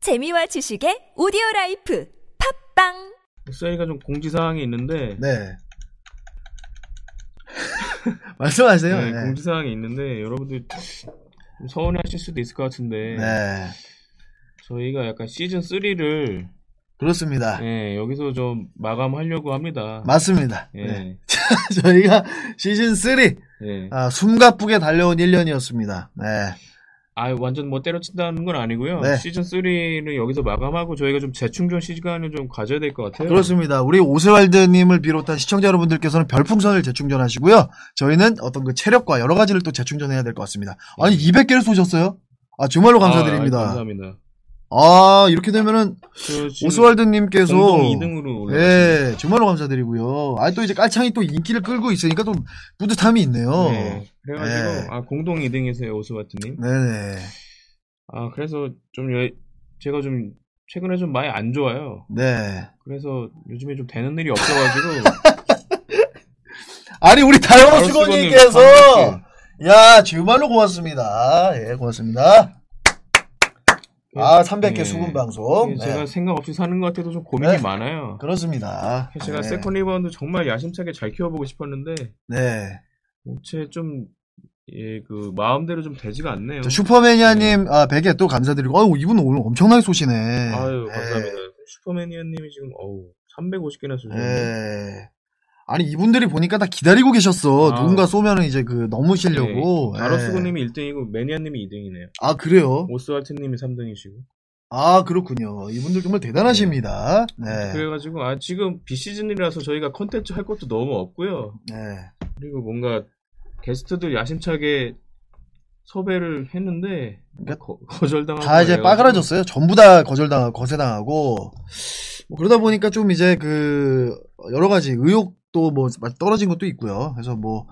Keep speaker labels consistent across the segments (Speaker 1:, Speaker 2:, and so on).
Speaker 1: 재미와 지식의 오디오 라이프 팝빵
Speaker 2: 엑셀이가 좀 공지사항이 있는데
Speaker 3: 네. 말씀하세요.
Speaker 2: 네,
Speaker 3: 네. 네.
Speaker 2: 공지사항이 있는데 여러분들 좀 서운해하실 수도 있을 것 같은데
Speaker 3: 네.
Speaker 2: 저희가 약간 시즌 3를 예,
Speaker 3: 그렇습니다.
Speaker 2: 네. 여기서 좀 마감하려고 합니다.
Speaker 3: 맞습니다.
Speaker 2: 예,
Speaker 3: 네. 저희가 시즌 3
Speaker 2: 예.
Speaker 3: 아, 숨가쁘게 달려온 1년이었습니다. 네.
Speaker 2: 아 완전 뭐 때려친다는 건 아니고요.
Speaker 3: 네.
Speaker 2: 시즌 3는 여기서 마감하고 저희가 좀 재충전 시간을 좀 가져야 될 것 같아요.
Speaker 3: 그렇습니다. 우리 오세왈드님을 비롯한 시청자 여러분들께서는 별풍선을 재충전하시고요. 저희는 어떤 그 체력과 여러 가지를 또 재충전해야 될 것 같습니다. 아니 200개를 쏘셨어요? 아 정말로 감사드립니다.
Speaker 2: 예. 아,
Speaker 3: 아,
Speaker 2: 감사합니다.
Speaker 3: 이렇게 되면은
Speaker 2: 저 지금
Speaker 3: 오스왈드님께서
Speaker 2: 공동 2등으로 올라.
Speaker 3: 예, 정말로 감사드리고요. 아, 또 이제 깔창이 또 인기를 끌고 있으니까 또 뿌듯함이 있네요.
Speaker 2: 네. 그래가지고
Speaker 3: 네.
Speaker 2: 아 공동 2등이세요 오스왈드님.
Speaker 3: 네네.
Speaker 2: 아 그래서 좀 여- 제가 좀 최근에 좀 많이 안 좋아요.
Speaker 3: 네.
Speaker 2: 그래서 요즘에 좀 되는 일이 없어가지고
Speaker 3: 아니, 우리
Speaker 2: 바로
Speaker 3: 다영수건님께서,
Speaker 2: 수건님,
Speaker 3: 야, 정말로 고맙습니다. 예, 고맙습니다. 아, 300개
Speaker 2: 예.
Speaker 3: 수군 방송. 네.
Speaker 2: 제가 생각 없이 사는 것 같아서 좀 고민이
Speaker 3: 네.
Speaker 2: 많아요.
Speaker 3: 그렇습니다.
Speaker 2: 제가
Speaker 3: 네.
Speaker 2: 세컨 리바운드 정말 야심차게 잘 키워보고 싶었는데
Speaker 3: 네.
Speaker 2: 제 좀, 예, 그, 마음대로 좀 되지가 않네요.
Speaker 3: 저 슈퍼매니아님, 아, 100개 또 감사드리고, 아유, 이분 오늘 엄청나게 쏘시네.
Speaker 2: 예. 아유,
Speaker 3: 네.
Speaker 2: 감사합니다. 슈퍼매니아님이 지금, 어우, 350개나 쓰셨네.
Speaker 3: 예. 아니 이분들이 보니까 다 기다리고 계셨어.
Speaker 2: 아.
Speaker 3: 누군가 쏘면은 이제 그 넘으시려고. 예.
Speaker 2: 바로스고님이 1등이고, 매니아님이 2등이네요.
Speaker 3: 아 그래요?
Speaker 2: 오스왈트님이 3등이시고.
Speaker 3: 아 그렇군요. 이분들 정말 대단하십니다. 네.
Speaker 2: 그래가지고, 아, 지금 비시즌이라서 저희가 컨텐츠 할 것도 너무 없고요.
Speaker 3: 네.
Speaker 2: 그리고 뭔가, 게스트들 야심차게 섭외를 했는데,
Speaker 3: 그러니까
Speaker 2: 거, 거절당하고.
Speaker 3: 다 이제
Speaker 2: 그래가지고.
Speaker 3: 빠그라졌어요. 전부 다 거절당하고 거세당하고 뭐 그러다 보니까 좀 이제 그 여러 가지 의욕도 뭐 떨어진 것도 있고요. 그래서 뭐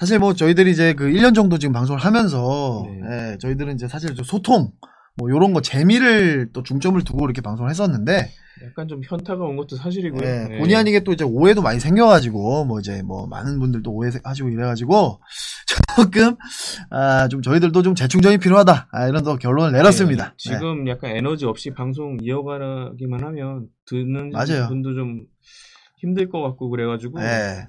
Speaker 3: 사실 뭐 저희들이 이제 그 1년 정도 지금 방송을 하면서
Speaker 2: 네.
Speaker 3: 예, 저희들은 이제 사실 좀 소통 뭐 요런 거 재미를 또 중점을 두고 이렇게 방송을 했었는데
Speaker 2: 약간 좀 현타가 온 것도 사실이고요.
Speaker 3: 예,
Speaker 2: 예.
Speaker 3: 본의 아니게 또 이제 오해도 많이 생겨가지고 뭐 이제 뭐 많은 분들도 오해하시고 이래가지고 조금 아, 좀 저희들도 좀 재충전이 필요하다 아, 이런 또 결론을 내렸습니다.
Speaker 2: 네, 지금 약간 에너지 없이 방송 이어가기만 하면 듣는
Speaker 3: 맞아요.
Speaker 2: 분도 좀 힘들 것 같고 그래가지고
Speaker 3: 네. 예,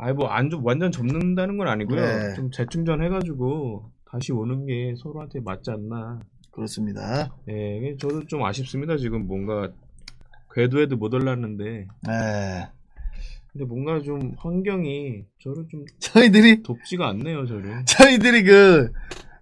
Speaker 2: 아이 뭐안 완전 접는다는 건 아니고요.
Speaker 3: 네.
Speaker 2: 좀 재충전해가지고 다시 오는 게 서로한테 맞지 않나.
Speaker 3: 그렇습니다.
Speaker 2: 예, 저도 좀 아쉽습니다. 지금 뭔가 궤도에도 못 올랐는데
Speaker 3: 예.
Speaker 2: 근데 뭔가 좀 환경이 저를 좀
Speaker 3: 저희들이
Speaker 2: 돕지가 않네요. 저를.
Speaker 3: 저희들이 그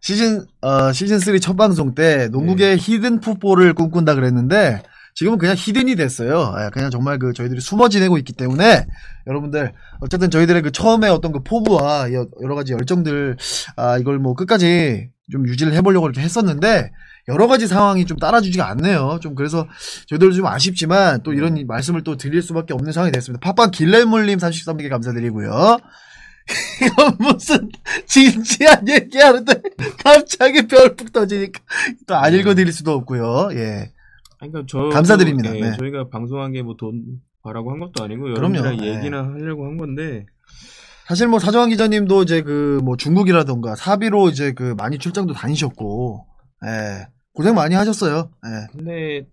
Speaker 3: 시즌 어 시즌 3첫 방송 때 농구계 히든 풋볼을 꿈꾼다 그랬는데 지금은 그냥 히든이 됐어요. 예, 그냥 정말 그 저희들이 숨어 지내고 있기 때문에 여러분들 어쨌든 저희들의 그 처음에 어떤 그 포부와 여- 여러 가지 열정들 아 이걸 뭐 끝까지 좀 유지를 해보려고 이렇게 했었는데 여러 가지 상황이 좀 따라주지가 않네요. 좀 그래서 저희들도 좀 아쉽지만 또 이런 이- 말씀을 또 드릴 수밖에 없는 상황이 됐습니다. 팝빵 길레몰님 33개 감사드리고요. 이건 무슨 진지한 얘기하는데 갑자기 별풍 터지니까 또
Speaker 2: 음.
Speaker 3: 안 읽어드릴 수도 없고요. 예.
Speaker 2: 아니, 그러니까 저
Speaker 3: 감사드립니다.
Speaker 2: 예,
Speaker 3: 네.
Speaker 2: 저희가 방송한 게 뭐 돈 바라고 한 것도 아니고
Speaker 3: 그럼요.
Speaker 2: 여러분이랑
Speaker 3: 예.
Speaker 2: 얘기나 하려고 한 건데
Speaker 3: 사실 뭐 사정환 기자님도 이제 그 뭐 중국이라던가 사비로 이제 그 많이 출장도 다니셨고 예. 고생 많이 하셨어요. 예.
Speaker 2: 근데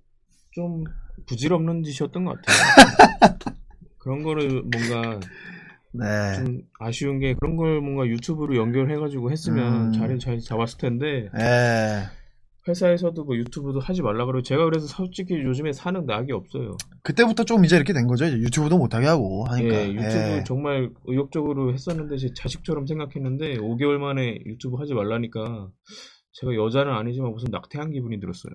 Speaker 2: 좀 부질없는 짓이었던 것 같아요. 그런 거를 뭔가
Speaker 3: 네.
Speaker 2: 좀 아쉬운 게 그런 걸 뭔가 유튜브로 연결해가지고 했으면
Speaker 3: 음.
Speaker 2: 자리를 잘 잡았을 텐데
Speaker 3: 예.
Speaker 2: 회사에서도 뭐 유튜브도 하지 말라 그러고 제가 그래서 솔직히 요즘에 사는 낙이 없어요.
Speaker 3: 그때부터 좀 이제 이렇게 된 거죠. 이제 유튜브도 못하게 하고 하니까.
Speaker 2: 예, 유튜브
Speaker 3: 예.
Speaker 2: 정말 의욕적으로 했었는데 제 자식처럼 생각했는데 5개월 만에 유튜브 하지 말라니까 제가 여자는 아니지만 무슨 낙태한 기분이 들었어요.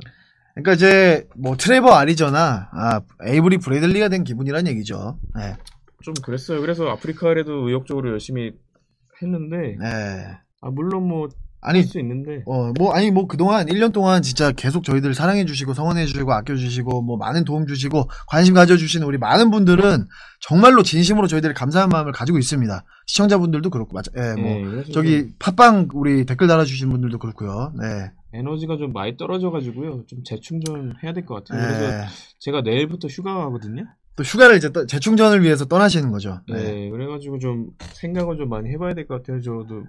Speaker 3: 그러니까 이제 뭐 트레버 아리저나 아, 에이브리 브레들리가 된 기분이란 얘기죠. 예.
Speaker 2: 좀 그랬어요. 그래서 아프리카에도 의욕적으로 열심히 했는데
Speaker 3: 예.
Speaker 2: 아 물론 뭐
Speaker 3: 아니
Speaker 2: 할 수 있는데
Speaker 3: 어, 뭐, 아니, 뭐, 그동안, 1년 동안 진짜 계속 저희들 사랑해주시고, 성원해주시고, 아껴주시고, 뭐, 많은 도움 주시고, 관심 가져주시는 우리 많은 분들은 정말로 진심으로 저희들 감사한 마음을 가지고 있습니다. 시청자분들도 그렇고, 맞아. 예, 뭐,
Speaker 2: 예, 그래서 좀
Speaker 3: 저기, 팟빵 우리 댓글 달아주신 분들도 그렇고요.
Speaker 2: 예,
Speaker 3: 네.
Speaker 2: 에너지가 좀 많이 떨어져가지고요 좀 재충전해야 될 것 같아요 그래서
Speaker 3: 예.
Speaker 2: 제가 내일부터 휴가 가거든요
Speaker 3: 또 휴가를 이제 떠- 재충전을 위해서 떠나시는 거죠.
Speaker 2: 네.
Speaker 3: 네.
Speaker 2: 그래가지고 좀 생각을 좀 많이 해봐야 될 것 같아요 저도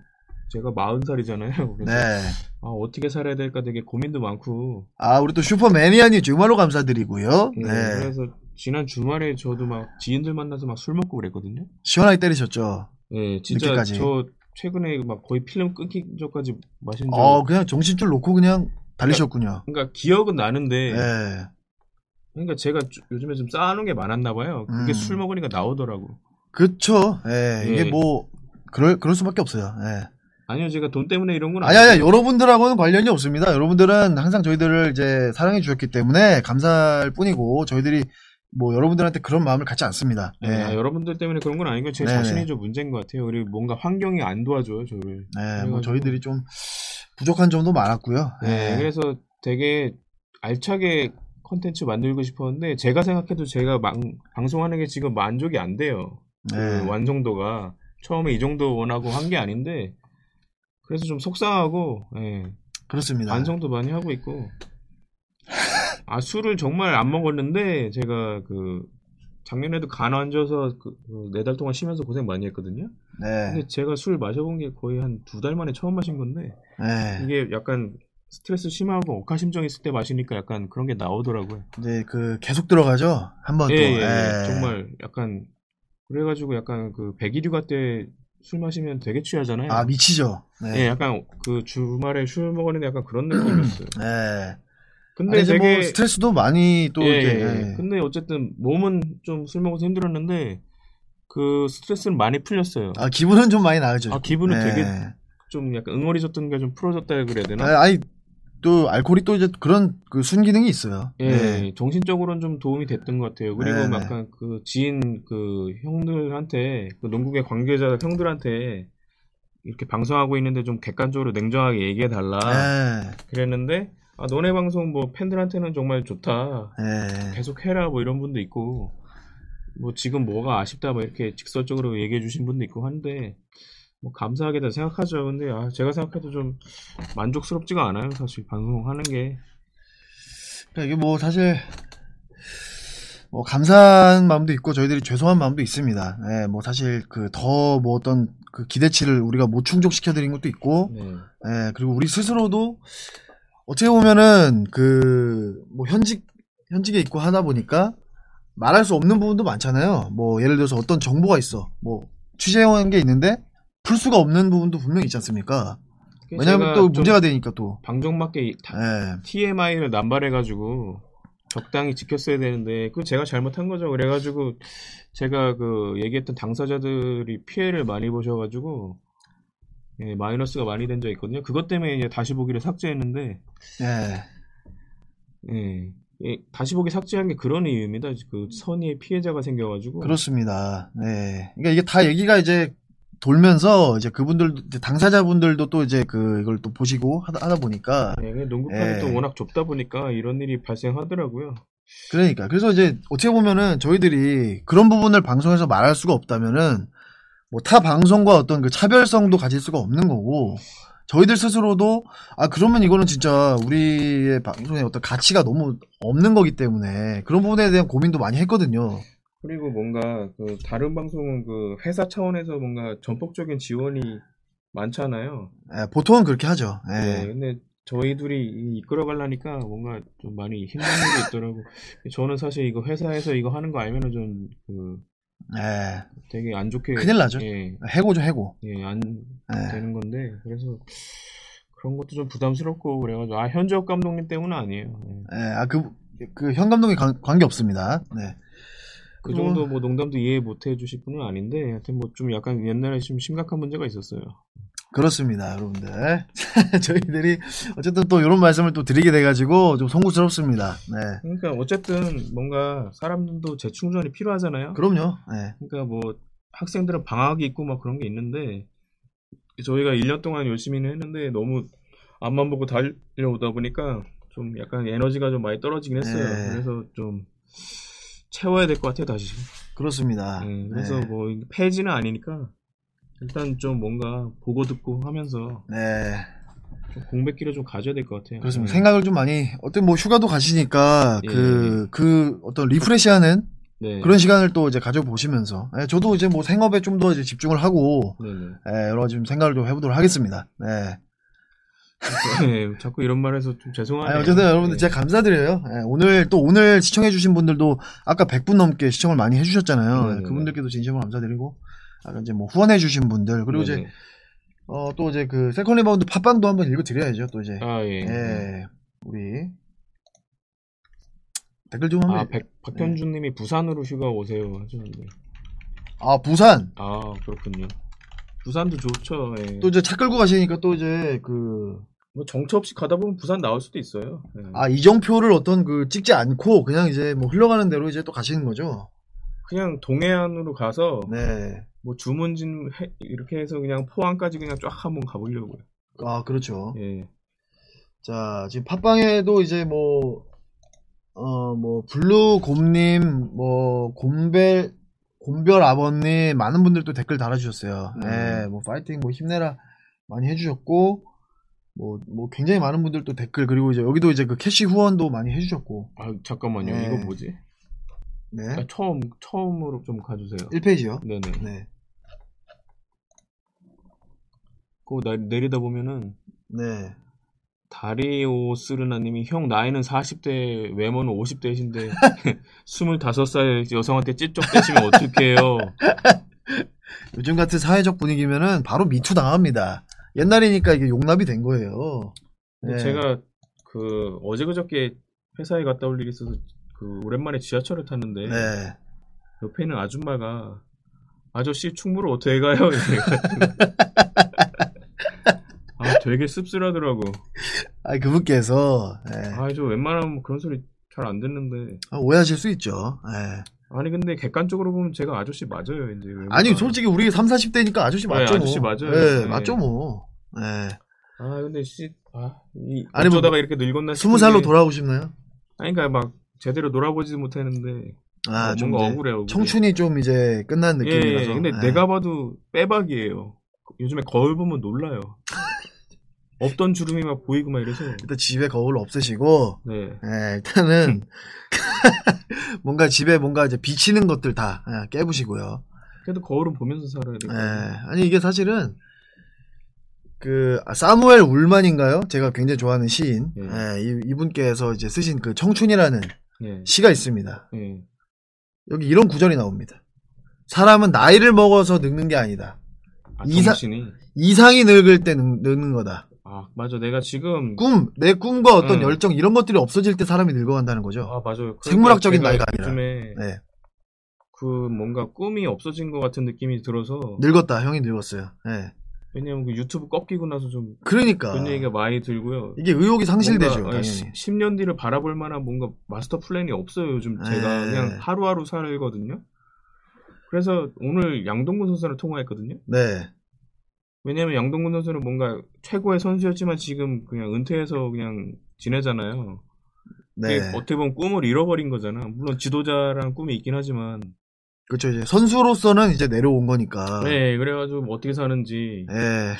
Speaker 2: 제가 40살이잖아요. 그래서
Speaker 3: 네.
Speaker 2: 아, 어떻게 살아야 될까 되게 고민도 많고.
Speaker 3: 아, 우리 또 슈퍼매니아님 정말로 감사드리고요.
Speaker 2: 예,
Speaker 3: 네.
Speaker 2: 그래서 지난 주말에 저도 막 지인들 만나서 막 술 먹고 그랬거든요.
Speaker 3: 시원하게 때리셨죠.
Speaker 2: 예, 진짜
Speaker 3: 늦게까지.
Speaker 2: 저 최근에 막 거의 필름 끊긴 적까지 마신 적.
Speaker 3: 어, 그냥 정신줄 놓고 그냥 달리셨군요.
Speaker 2: 그러니까 기억은 나는데,
Speaker 3: 네.
Speaker 2: 그러니까 제가 주- 요즘에 좀 쌓아놓은 게 많았나 봐요. 그게
Speaker 3: 음.
Speaker 2: 술 먹으니까 나오더라고.
Speaker 3: 그쵸. 예,
Speaker 2: 예.
Speaker 3: 이게 뭐, 그럴, 그럴 수밖에 없어요. 예.
Speaker 2: 아니요, 제가 돈 때문에 이런 건
Speaker 3: 아니, 아니,
Speaker 2: 아니에요.
Speaker 3: 여러분들하고는 관련이 없습니다. 여러분들은 항상 저희들을 이제 사랑해 주셨기 때문에 감사할 뿐이고, 저희들이 뭐 여러분들한테 그런 마음을 갖지 않습니다. 예.
Speaker 2: 아, 여러분들 때문에 그런 건 아니고 제
Speaker 3: 네.
Speaker 2: 자신이 좀 문제인 것 같아요. 그리고 뭔가 환경이 안 도와줘요, 저를.
Speaker 3: 네,
Speaker 2: 그래가지고.
Speaker 3: 뭐 저희들이 좀 부족한 점도 많았고요.
Speaker 2: 네,
Speaker 3: 예.
Speaker 2: 그래서 되게 알차게 컨텐츠 만들고 싶었는데 제가 생각해도 제가 망- 방송하는 게 지금 만족이 안 돼요. 그
Speaker 3: 네.
Speaker 2: 완성도가 처음에 이 정도 원하고 한 게 아닌데 그래서 좀 속상하고 예,
Speaker 3: 네. 그렇습니다.
Speaker 2: 반성도 많이 하고 있고 아 술을 정말 안 먹었는데 제가 그 작년에도 간 앉아서 네 달 동안 쉬면서 고생 많이 했거든요.
Speaker 3: 네.
Speaker 2: 근데 제가 술 마셔본 게 거의 한 두 달 만에 처음 마신 건데
Speaker 3: 네.
Speaker 2: 이게 약간 스트레스 심하고 억하심정 있을 때 마시니까 약간 그런 게 나오더라고요.
Speaker 3: 이제 그 계속 들어가죠. 한번
Speaker 2: 예,
Speaker 3: 또.
Speaker 2: 예, 예.
Speaker 3: 예.
Speaker 2: 정말 약간 그래가지고 약간 그 백일휴가 때 술 마시면 되게 취하잖아요.
Speaker 3: 아 미치죠.
Speaker 2: 예,
Speaker 3: 네.
Speaker 2: 약간 그 주말에 술 먹었는데 약간 그런 느낌이었어요.
Speaker 3: 네.
Speaker 2: 근데
Speaker 3: 아니, 이제
Speaker 2: 되게
Speaker 3: 뭐 스트레스도 많이 또
Speaker 2: 예,
Speaker 3: 이제
Speaker 2: 예, 예. 근데 어쨌든 몸은 좀 술 먹어서 힘들었는데 그 스트레스는 많이 풀렸어요.
Speaker 3: 아 예. 기분은 좀 많이 나아져.
Speaker 2: 아, 기분은 되게 좀 약간 응어리졌던 게 좀 풀어졌다 그래야 되나?
Speaker 3: 네. 아니 또 알코올이 또 이제 그런 그 순기능이 있어요. 네.
Speaker 2: 예, 정신적으로는 좀 도움이 됐던 것 같아요. 그리고
Speaker 3: 네네.
Speaker 2: 약간 그 지인 그 형들한테 그 농구계 관계자 형들한테 이렇게 방송하고 있는데 좀 객관적으로 냉정하게 얘기해 달라 아.
Speaker 3: 예.
Speaker 2: 그랬는데 아 너네 방송 뭐 팬들한테는 정말 좋다
Speaker 3: 예.
Speaker 2: 계속 해라 뭐 이런 분도 있고 뭐 지금 뭐가 아쉽다 뭐 이렇게 직설적으로 얘기해 주신 분도 있고 한데 뭐 감사하게다 생각하죠. 근데 아 제가 생각해도 좀 만족스럽지가 않아요. 사실 방송하는 게
Speaker 3: 그러니까 이게 뭐 사실 뭐 감사한 마음도 있고 저희들이 죄송한 마음도 있습니다. 예. 뭐 사실 그 더 뭐 어떤 그 기대치를 우리가 못 충족시켜 드린 것도 있고
Speaker 2: 네.
Speaker 3: 예, 그리고 우리 스스로도 어떻게 보면은 그 뭐 현직 현직에 있고 하다 보니까 말할 수 없는 부분도 많잖아요. 뭐 예를 들어서 어떤 정보가 있어. 뭐 취재한 게 있는데 풀 수가 없는 부분도 분명히 있지 않습니까? 왜냐하면
Speaker 2: 제가
Speaker 3: 또
Speaker 2: 좀
Speaker 3: 문제가 되니까 또.
Speaker 2: 방정맞게 이- 다-
Speaker 3: 예.
Speaker 2: TMI를 남발해가지고 적당히 지켰어야 되는데 그 제가 잘못한 거죠. 그래가지고 제가 그 얘기했던 당사자들이 피해를 많이 보셔가지고 예, 마이너스가 많이 된 적이 있거든요. 그것 때문에 이제 다시 보기를 삭제했는데
Speaker 3: 예.
Speaker 2: 예, 예, 다시 보기 삭제한 게 그런 이유입니다. 그 선의의 피해자가 생겨가지고
Speaker 3: 그렇습니다. 네. 그러니까 이게 다 얘기가 이제 돌면서 이제 그분들 이제 당사자분들도 또 이제 그 이걸 또 보시고 하다, 하다 보니까
Speaker 2: 예, 그 농구판이
Speaker 3: 예.
Speaker 2: 또 워낙 좁다 보니까 이런 일이 발생하더라고요.
Speaker 3: 그러니까 그래서 이제 어떻게 보면은 저희들이 그런 부분을 방송에서 말할 수가 없다면은 뭐 타 방송과 어떤 그 차별성도 가질 수가 없는 거고 저희들 스스로도 아 그러면 이거는 진짜 우리의 방송의 어떤 가치가 너무 없는 거기 때문에 그런 부분에 대한 고민도 많이 했거든요.
Speaker 2: 그리고 뭔가 그 다른 방송은 그 회사 차원에서 뭔가 전폭적인 지원이 많잖아요.
Speaker 3: 예, 보통은 그렇게 하죠. 예.
Speaker 2: 네, 근데 저희 둘이 이끌어 가려니까 뭔가 좀 많이 힘든 일이 있더라고. 저는 사실 이거 회사에서 이거 하는 거 알면은 좀 그,
Speaker 3: 예.
Speaker 2: 되게 안 좋게
Speaker 3: 큰일 나죠.
Speaker 2: 예,
Speaker 3: 해고죠 해고.
Speaker 2: 예, 안
Speaker 3: 예.
Speaker 2: 되는 건데 그래서 그런 것도 좀 부담스럽고 그래가지고 아 현지혁 감독님 때문은 아니에요. 예.
Speaker 3: 예, 아, 그, 그, 현 감독이 관, 관계 없습니다. 네.
Speaker 2: 그 정도 뭐 농담도 이해 못 해주실 분은 아닌데 하여튼 뭐 좀 약간 옛날에 좀 심각한 문제가 있었어요.
Speaker 3: 그렇습니다, 여러분들. 저희들이 어쨌든 또 이런 말씀을 또 드리게 돼가지고 좀 송구스럽습니다. 네,
Speaker 2: 그러니까 어쨌든 뭔가 사람들도 재충전이 필요하잖아요.
Speaker 3: 그럼요. 네,
Speaker 2: 그러니까 뭐 학생들은 방학이 있고 막 그런 게 있는데 저희가 1년 동안 열심히는 했는데 너무 앞만 보고 달려오다 보니까 좀 약간 에너지가 좀 많이 떨어지긴 했어요.
Speaker 3: 네.
Speaker 2: 그래서 좀 채워야 될 것 같아요 다시.
Speaker 3: 그렇습니다.
Speaker 2: 네, 그래서
Speaker 3: 네.
Speaker 2: 뭐 폐지는 아니니까 일단 좀 뭔가 보고 듣고 하면서
Speaker 3: 네,
Speaker 2: 좀 공백기를 좀 가져야 될 것 같아요.
Speaker 3: 그렇습니다.
Speaker 2: 네.
Speaker 3: 생각을 좀 많이 어때 뭐 휴가도 가시니까
Speaker 2: 예.
Speaker 3: 그 그 어떤 리프레시하는
Speaker 2: 네.
Speaker 3: 그런 시간을 또 이제 가져보시면서 예, 저도 이제 뭐 생업에 좀 더 이제 집중을 하고
Speaker 2: 네네.
Speaker 3: 예, 여러 가지 좀 생각을 좀 해보도록 하겠습니다. 네.
Speaker 2: 네, 자꾸 이런 말해서 좀 죄송하네요.
Speaker 3: 아니, 어쨌든 여러분들
Speaker 2: 네.
Speaker 3: 제가 감사드려요. 예, 오늘 또 오늘 시청해주신 분들도 아까 100분 넘게 시청을 많이 해주셨잖아요. 예,
Speaker 2: 네네네.
Speaker 3: 그분들께도 진심으로 감사드리고 아까 이제 뭐 후원해주신 분들 그리고 이제
Speaker 2: 네네.
Speaker 3: 어, 또 이제 그 세컨 리바운드 팟빵도 한번 읽어드려야죠. 또 이제
Speaker 2: 아 예.
Speaker 3: 예, 우리 댓글 좀 한번
Speaker 2: 아
Speaker 3: 읽-
Speaker 2: 백, 박현준님이 부산으로 휴가 오세요 하셨는데.
Speaker 3: 아 부산
Speaker 2: 아 그렇군요. 부산도 좋죠. 예.
Speaker 3: 또 이제 차 끌고 가시니까 또 이제 그
Speaker 2: 뭐 정처 없이 가다 보면 부산 나올 수도 있어요. 예.
Speaker 3: 아, 이정표를 어떤 그 찍지 않고 그냥 이제 뭐 흘러가는 대로 이제 또 가시는 거죠.
Speaker 2: 그냥 동해안으로 가서
Speaker 3: 네.
Speaker 2: 뭐 주문진 해- 이렇게 해서 그냥 포항까지 그냥 쫙 한번 가보려고요.
Speaker 3: 아, 그렇죠.
Speaker 2: 예.
Speaker 3: 자, 지금 팟빵에도 이제 뭐, 어, 뭐, 블루곰님, 뭐, 곰벨, 곰별 아버님, 많은 분들 또 댓글 달아주셨어요.
Speaker 2: 음.
Speaker 3: 예, 뭐, 파이팅, 뭐, 힘내라 많이 해주셨고, 뭐, 뭐, 굉장히 많은 분들 또 댓글, 그리고 이제 여기도 이제 그 캐시 후원도 많이 해주셨고,
Speaker 2: 아 잠깐만요.
Speaker 3: 네.
Speaker 2: 이거 뭐지?
Speaker 3: 네.
Speaker 2: 아, 처음 처음으로 좀 가주세요.
Speaker 3: 1페이지요.
Speaker 2: 네네.
Speaker 3: 네.
Speaker 2: 그거 나- 내리다 보면은
Speaker 3: 네.
Speaker 2: 다리오 스르나님이 형 나이는 40대 외모는 50대신데 25살 여성한테 찝쩍대시면 어떡해요?
Speaker 3: 요즘 같은 사회적 분위기면은 바로 미투 당합니다. 옛날이니까 이게 용납이 된 거예요.
Speaker 2: 근데
Speaker 3: 네.
Speaker 2: 제가 그 어제 그저께 회사에 갔다 올 일이 있어서 그 오랜만에 지하철을 탔는데
Speaker 3: 네.
Speaker 2: 옆에 있는 아줌마가 아저씨 충무로 어떻게 가요? 이래가지고 아 되게 씁쓸하더라고.
Speaker 3: 아, 그분께서, 예.
Speaker 2: 아 저 웬만하면 그런 소리 잘 안 듣는데
Speaker 3: 아, 오해하실 수 있죠. 예.
Speaker 2: 아니 근데 객관적으로 보면 제가 아저씨 맞아요 이제 외모가.
Speaker 3: 아니, 솔직히 우리 30, 40대니까 아저씨
Speaker 2: 음. 네,
Speaker 3: 맞죠.
Speaker 2: 아저씨
Speaker 3: 뭐.
Speaker 2: 맞아요.
Speaker 3: 예,
Speaker 2: 네.
Speaker 3: 맞죠, 뭐. 예.
Speaker 2: 아 근데 씨, 아, 이
Speaker 3: 아니, 뭐,
Speaker 2: 어쩌다가 이렇게 늙었나 싶은
Speaker 3: 20살로 돌아오고 싶나요?
Speaker 2: 아니 그러니까 막 제대로 놀아보지 못했는데
Speaker 3: 아,
Speaker 2: 어,
Speaker 3: 좀
Speaker 2: 뭔가
Speaker 3: 이제
Speaker 2: 억울해 억울해.
Speaker 3: 청춘이 좀 이제 끝난
Speaker 2: 예,
Speaker 3: 느낌이라서.
Speaker 2: 예, 근데
Speaker 3: 예.
Speaker 2: 내가 봐도 빼박이에요. 요즘에 거울 보면 놀라요. 없던 주름이 막 보이고 막 이래서.
Speaker 3: 일단 집에 거울 없애시고,
Speaker 2: 네.
Speaker 3: 예, 일단은, 뭔가 집에 뭔가 이제 비치는 것들 다 예, 깨부시고요.
Speaker 2: 그래도 거울은 보면서 살아야
Speaker 3: 예,
Speaker 2: 되거든요.
Speaker 3: 아니 이게 사실은 그 아, 사무엘 울만인가요? 제가 굉장히 좋아하는 시인
Speaker 2: 예.
Speaker 3: 예, 이, 분께서 이제 쓰신 그 청춘이라는
Speaker 2: 예.
Speaker 3: 시가 있습니다.
Speaker 2: 예.
Speaker 3: 여기 이런 구절이 나옵니다. 사람은 나이를 먹어서 늙는 게 아니다.
Speaker 2: 아,
Speaker 3: 이사-
Speaker 2: 정신이.
Speaker 3: 이상이 늙을 때 늙, 는 거다.
Speaker 2: 아, 맞아. 내가 지금.
Speaker 3: 꿈, 내 꿈과 어떤
Speaker 2: 음.
Speaker 3: 열정 이런 것들이 없어질 때 사람이 늙어간다는 거죠.
Speaker 2: 아, 맞아요. 그러니까
Speaker 3: 생물학적인
Speaker 2: 제가
Speaker 3: 나이가 아니라.
Speaker 2: 요즘에
Speaker 3: 네,
Speaker 2: 그 뭔가 꿈이 없어진 것 같은 느낌이 들어서.
Speaker 3: 늙었다. 형이 늙었어요. 예.
Speaker 2: 왜냐면 그 유튜브 꺾이고 나서 좀
Speaker 3: 그러니까
Speaker 2: 그런 얘기가 많이 들고요.
Speaker 3: 이게 의욕이 상실되죠.
Speaker 2: 뭔가, 아니,
Speaker 3: 당연히.
Speaker 2: 10, 년 뒤를 바라볼 만한 뭔가 마스터 플랜이 없어요. 요즘 제가
Speaker 3: 네.
Speaker 2: 그냥 하루하루 살거든요. 그래서 오늘 양동근 선수랑 통화했거든요.
Speaker 3: 네,
Speaker 2: 왜냐면 양동근 선수는 뭔가 최고의 선수였지만 지금 그냥 은퇴해서 그냥 지내잖아요.
Speaker 3: 네.
Speaker 2: 그게 뭐 어떻게 보면 꿈을 잃어버린 거잖아. 물론 지도자라는 꿈이 있긴 하지만.
Speaker 3: 그렇죠. 이제 선수로서는 이제 내려온 거니까.
Speaker 2: 네, 그래가지고 뭐 어떻게 사는지.
Speaker 3: 예.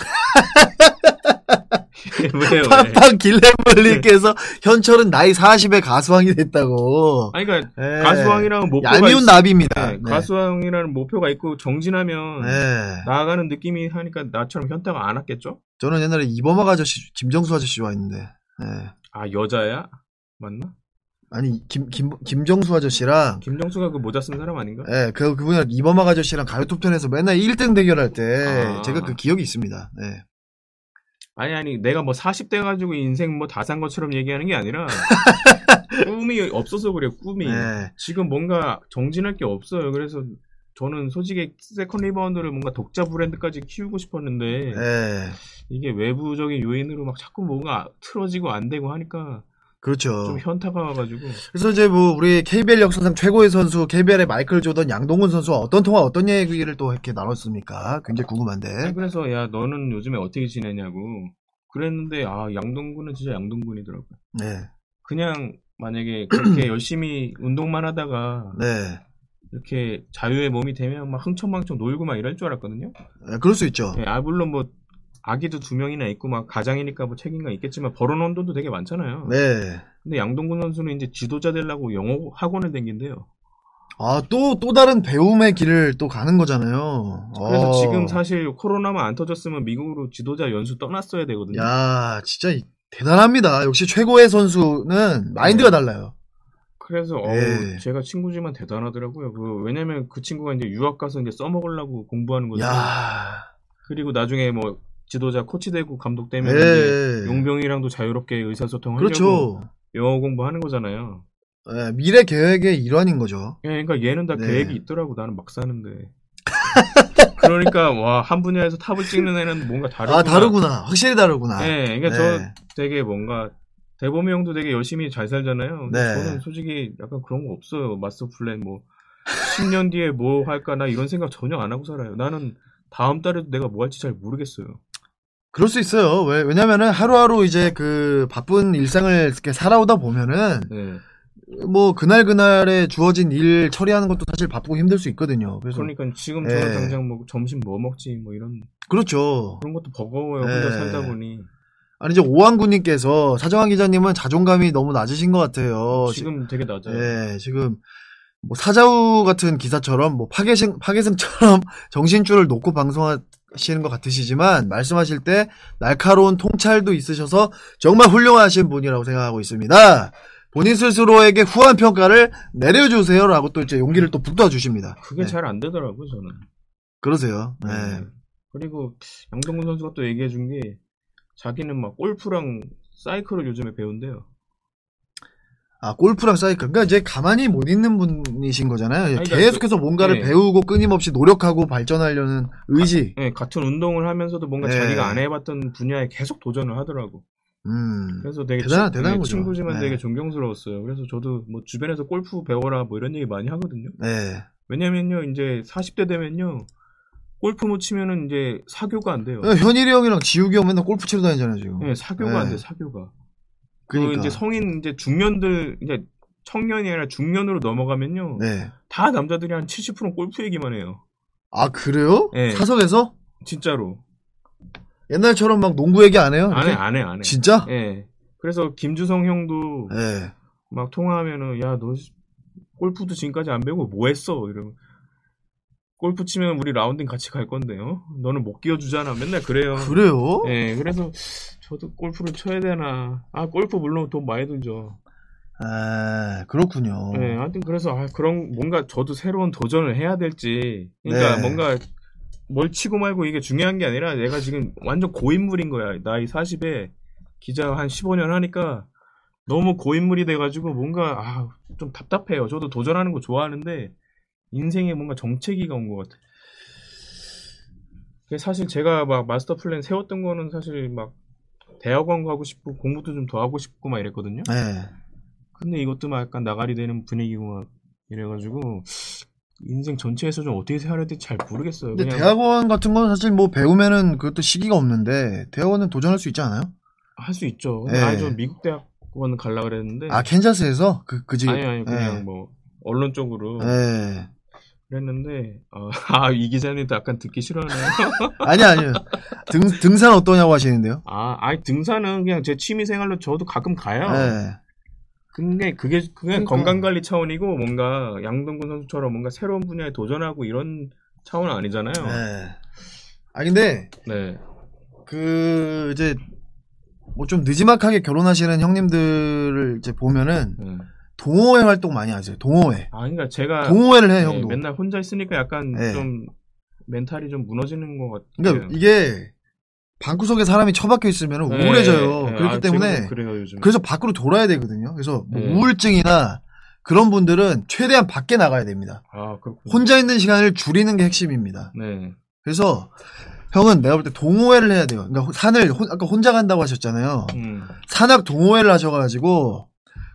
Speaker 3: 네.
Speaker 2: 왜요? 네. 왜?
Speaker 3: 팡팡 길레블리께서 현철은 나이 40에 가수왕이 됐다고.
Speaker 2: 아니, 그러니까
Speaker 3: 예.
Speaker 2: 가수왕이라는 목표가
Speaker 3: 얄미운
Speaker 2: 있-
Speaker 3: 나비입니다.
Speaker 2: 네,
Speaker 3: 네.
Speaker 2: 가수왕이라는 목표가 있고 정진하면
Speaker 3: 예.
Speaker 2: 나아가는 느낌이 하니까 나처럼 현타가 안 왔겠죠?
Speaker 3: 저는 옛날에 이범학 아저씨, 김정수 아저씨 좋아했는데. 예.
Speaker 2: 아 여자야? 맞나?
Speaker 3: 아니 김, 김 김정수 아저씨랑
Speaker 2: 김정수가 그 모자 쓴 사람 아닌가?
Speaker 3: 예, 그 그분이랑 이범학 아저씨랑 가요톱텐에서 맨날 1등 대결할 때
Speaker 2: 아.
Speaker 3: 제가 그 기억이 있습니다. 예.
Speaker 2: 아니 아니 내가 뭐 40대 가지고 인생 뭐 다 산 것처럼 얘기하는 게 아니라 꿈이 없어서 그래요 꿈이
Speaker 3: 예.
Speaker 2: 지금 뭔가 정진할 게 없어요 그래서 저는 솔직히 세컨 리바운드를 뭔가 독자 브랜드까지 키우고 싶었는데
Speaker 3: 예.
Speaker 2: 이게 외부적인 요인으로 막 자꾸 뭔가 틀어지고 안 되고 하니까
Speaker 3: 그렇죠.
Speaker 2: 좀 현타가 와가지고
Speaker 3: 그래서 이제 뭐 우리 KBL 역사상 최고의 선수 KBL의 마이클 조던 양동근 선수와 어떤 통화 어떤 얘기를 또 이렇게 나눴습니까? 굉장히 궁금한데.
Speaker 2: 그래서 야 너는 요즘에 어떻게 지내냐고 그랬는데 아 양동근은 진짜 양동근이더라고 요
Speaker 3: 네.
Speaker 2: 그냥 만약에 그렇게 열심히 운동만 하다가
Speaker 3: 네.
Speaker 2: 이렇게 자유의 몸이 되면 막 흥청망청 놀고 막 이럴 줄 알았거든요.
Speaker 3: 네, 그럴 수 있죠.
Speaker 2: 예, 아 물론 뭐 아기도 두 명이나 있고 막 가장이니까 뭐 책임감 있겠지만 벌어놓은 돈도 되게 많잖아요.
Speaker 3: 네.
Speaker 2: 근데 양동근 선수는 이제 지도자 되려고 영어 학원을 댕긴대요.
Speaker 3: 아, 또, 또 다른 배움의 길을 또 가는 거잖아요.
Speaker 2: 그래서
Speaker 3: 어.
Speaker 2: 지금 사실 코로나만 안 터졌으면 미국으로 지도자 연수 떠났어야 되거든요.
Speaker 3: 야, 진짜 이- 대단합니다. 역시 최고의 선수는
Speaker 2: 네.
Speaker 3: 마인드가 달라요.
Speaker 2: 그래서 어우,
Speaker 3: 예.
Speaker 2: 제가 친구지만 대단하더라고요. 그 왜냐면 그 친구가 이제 유학 가서 이제 써먹으려고 공부하는 거죠.
Speaker 3: 야,
Speaker 2: 그리고 나중에 뭐 지도자 코치 되고 감독 되면 이제
Speaker 3: 예.
Speaker 2: 용병이랑도 자유롭게 의사소통 하려고
Speaker 3: 그렇죠.
Speaker 2: 영어 공부하는 거잖아요.
Speaker 3: 예, 미래 계획의 일환인 거죠.
Speaker 2: 예, 그러니까 얘는 다
Speaker 3: 네.
Speaker 2: 계획이 있더라고 나는 막 사는데. 그러니까 와 한 분야에서 탑을 찍는 애는 뭔가 다르구나.
Speaker 3: 아, 다르구나. 확실히 다르구나.
Speaker 2: 예, 그러니까
Speaker 3: 네.
Speaker 2: 저 되게 뭔가 대범이 형도 되게 열심히 잘 살잖아요. 근데
Speaker 3: 네.
Speaker 2: 저는 솔직히 약간 그런 거 없어요. 마스터 플랜 뭐 10년 뒤에 뭐 할까 나 이런 생각 전혀 안 하고 살아요. 나는 다음 달에도 내가 뭐 할지 잘 모르겠어요.
Speaker 3: 그럴 수 있어요. 왜, 왜냐면은 하루하루 이제 그 바쁜 일상을 이렇게 살아오다 보면은
Speaker 2: 네.
Speaker 3: 뭐 그날 그날에 주어진 일 처리하는 것도 사실 바쁘고 힘들 수 있거든요. 그래서
Speaker 2: 그러니까 지금
Speaker 3: 예.
Speaker 2: 저는 당장 뭐 점심 뭐 먹지 뭐 이런
Speaker 3: 그렇죠.
Speaker 2: 그런 것도 버거워요. 혼자
Speaker 3: 예.
Speaker 2: 살다 보니
Speaker 3: 아니 이제 오한구님께서 사정환 기자님은 자존감이 너무 낮으신 것 같아요.
Speaker 2: 지금 되게
Speaker 3: 어, 지-
Speaker 2: 낮아요.
Speaker 3: 예, 지금 뭐 사자우 같은 기사처럼 뭐 파괴생 파괴생처럼 정신줄을 놓고 방송하시는 것 같으시지만 말씀하실 때 날카로운 통찰도 있으셔서 정말 훌륭하신 분이라고 생각하고 있습니다. 본인 스스로에게 후한 평가를 내려주세요라고 또 이제 용기를 또 북돋아 주십니다. 네,
Speaker 2: 그게 잘 안 되더라고요 저는.
Speaker 3: 그러세요. 네.
Speaker 2: 네. 그리고 양동근 선수가 또 얘기해 준 게 자기는 막 골프랑 사이클을 요즘에 배운대요.
Speaker 3: 아, 골프랑 사이클. 그러니까 이제 가만히 못 있는 분이신 거잖아요. 이제
Speaker 2: 그러니까
Speaker 3: 계속해서 뭔가를
Speaker 2: 예.
Speaker 3: 배우고 끊임없이 노력하고 발전하려는 의지.
Speaker 2: 예, 같은 운동을 하면서도 뭔가
Speaker 3: 네.
Speaker 2: 자기가 안 해봤던 분야에 계속 도전을 하더라고.
Speaker 3: 음.
Speaker 2: 그래서 되게
Speaker 3: 대단하-
Speaker 2: 친-
Speaker 3: 대단한
Speaker 2: 예,
Speaker 3: 거죠.
Speaker 2: 친구지만
Speaker 3: 네.
Speaker 2: 되게 존경스러웠어요. 그래서 저도 뭐 주변에서 골프 배워라 뭐 이런 얘기 많이 하거든요.
Speaker 3: 네.
Speaker 2: 왜냐면요, 이제 40대 되면요, 골프 못 치면은 이제 사교가 안 돼요.
Speaker 3: 그러니까 현일이 형이랑 지욱이 형 맨날 골프 치러 다니잖아요, 지금.
Speaker 2: 예, 사교가
Speaker 3: 네.
Speaker 2: 안 돼, 사교가. 그
Speaker 3: 그러니까.
Speaker 2: 이제 성인 이제 중년들 이제 청년이 아니라 중년으로 넘어가면요,
Speaker 3: 네.
Speaker 2: 다 남자들이 한 70% 골프 얘기만 해요.
Speaker 3: 아, 그래요?
Speaker 2: 예.
Speaker 3: 사석에서?
Speaker 2: 진짜로.
Speaker 3: 옛날처럼 막 농구 얘기 안 해요?
Speaker 2: 안
Speaker 3: 이렇게?
Speaker 2: 해, 안 해, 안 해.
Speaker 3: 아, 진짜?
Speaker 2: 예. 그래서 김주성 형도
Speaker 3: 예.
Speaker 2: 막 통화하면은 야 너 골프도 지금까지 안 배우고 뭐 했어 이러면 골프 치면 우리 라운딩 같이 갈 건데요 너는 못 끼워주잖아 맨날 그래요
Speaker 3: 그래요?
Speaker 2: 예 그래서 저도 골프를 쳐야 되나 아 골프 물론 돈 많이 들죠
Speaker 3: 아, 그렇군요.
Speaker 2: 예 하여튼 그래서 아 그런 뭔가 저도 새로운 도전을 해야 될지 그러니까
Speaker 3: 네.
Speaker 2: 뭔가 뭘 치고 말고 이게 중요한 게 아니라 내가 지금 완전 고인물인 거야 나이 40에 기자 한 15년 하니까 너무 고인물이 돼가지고 뭔가 아, 좀 답답해요. 저도 도전하는 거 좋아하는데 인생에 뭔가 정체기가 온 것 같아요. 그게 사실 제가 막 마스터 플랜 세웠던 거는 사실 막 대학원 가고 싶고 공부도 좀 더 하고 싶고 막 이랬거든요.
Speaker 3: 예.
Speaker 2: 근데 이것도 막 약간 나가리 되는 분위기고 막 이래가지고 인생 전체에서 좀 어떻게 살아야 될지 잘 모르겠어요.
Speaker 3: 근데
Speaker 2: 그냥
Speaker 3: 대학원 같은 건 사실 뭐 배우면은 그것도 시기가 없는데 대학원은 도전할 수 있지 않아요?
Speaker 2: 할 수 있죠.
Speaker 3: 예.
Speaker 2: 근데 아니 저 미국 대학원 갈라 그랬는데
Speaker 3: 아, 캔자스에서 그 그지.
Speaker 2: 네. 아니 아니 그냥
Speaker 3: 예.
Speaker 2: 뭐 언론 쪽으로
Speaker 3: 예.
Speaker 2: 그랬는데 어, 아, 이 기자님도 약간 듣기 싫어하네요.
Speaker 3: 아니 아니요. 등 등산 어떠냐고 하시는데요.
Speaker 2: 아, 아니 등산은 그냥 제 취미 생활로 저도 가끔 가요.
Speaker 3: 네.
Speaker 2: 근데 그게 그게
Speaker 3: 그러니까.
Speaker 2: 건강 관리 차원이고 뭔가 양동근 선수처럼 뭔가 새로운 분야에 도전하고 이런 차원은 아니잖아요.
Speaker 3: 네. 아 근데
Speaker 2: 네.
Speaker 3: 그 이제 뭐 좀 늦지막하게 결혼하시는 형님들을 이제 보면은
Speaker 2: 네.
Speaker 3: 동호회 활동 많이 하세요. 동호회.
Speaker 2: 아, 그러니까 제가
Speaker 3: 동호회를 해
Speaker 2: 네,
Speaker 3: 형도.
Speaker 2: 맨날 혼자 있으니까 약간
Speaker 3: 네.
Speaker 2: 좀 멘탈이 좀 무너지는 것 같아요.
Speaker 3: 그러니까 이게 방구석에 사람이 처박혀 있으면
Speaker 2: 네,
Speaker 3: 우울해져요.
Speaker 2: 네,
Speaker 3: 그렇기
Speaker 2: 아,
Speaker 3: 때문에
Speaker 2: 지금도 그래요 요즘.
Speaker 3: 그래서 밖으로 돌아야 되거든요. 그래서 뭐
Speaker 2: 네.
Speaker 3: 우울증이나 그런 분들은 최대한 밖에 나가야 됩니다.
Speaker 2: 아, 그렇군요.
Speaker 3: 혼자 있는 시간을 줄이는 게 핵심입니다.
Speaker 2: 네.
Speaker 3: 그래서 형은 내가 볼 때 동호회를 해야 돼요. 그러니까 산을 혼- 아까 혼자 간다고 하셨잖아요.
Speaker 2: 음.
Speaker 3: 산악 동호회를 하셔가지고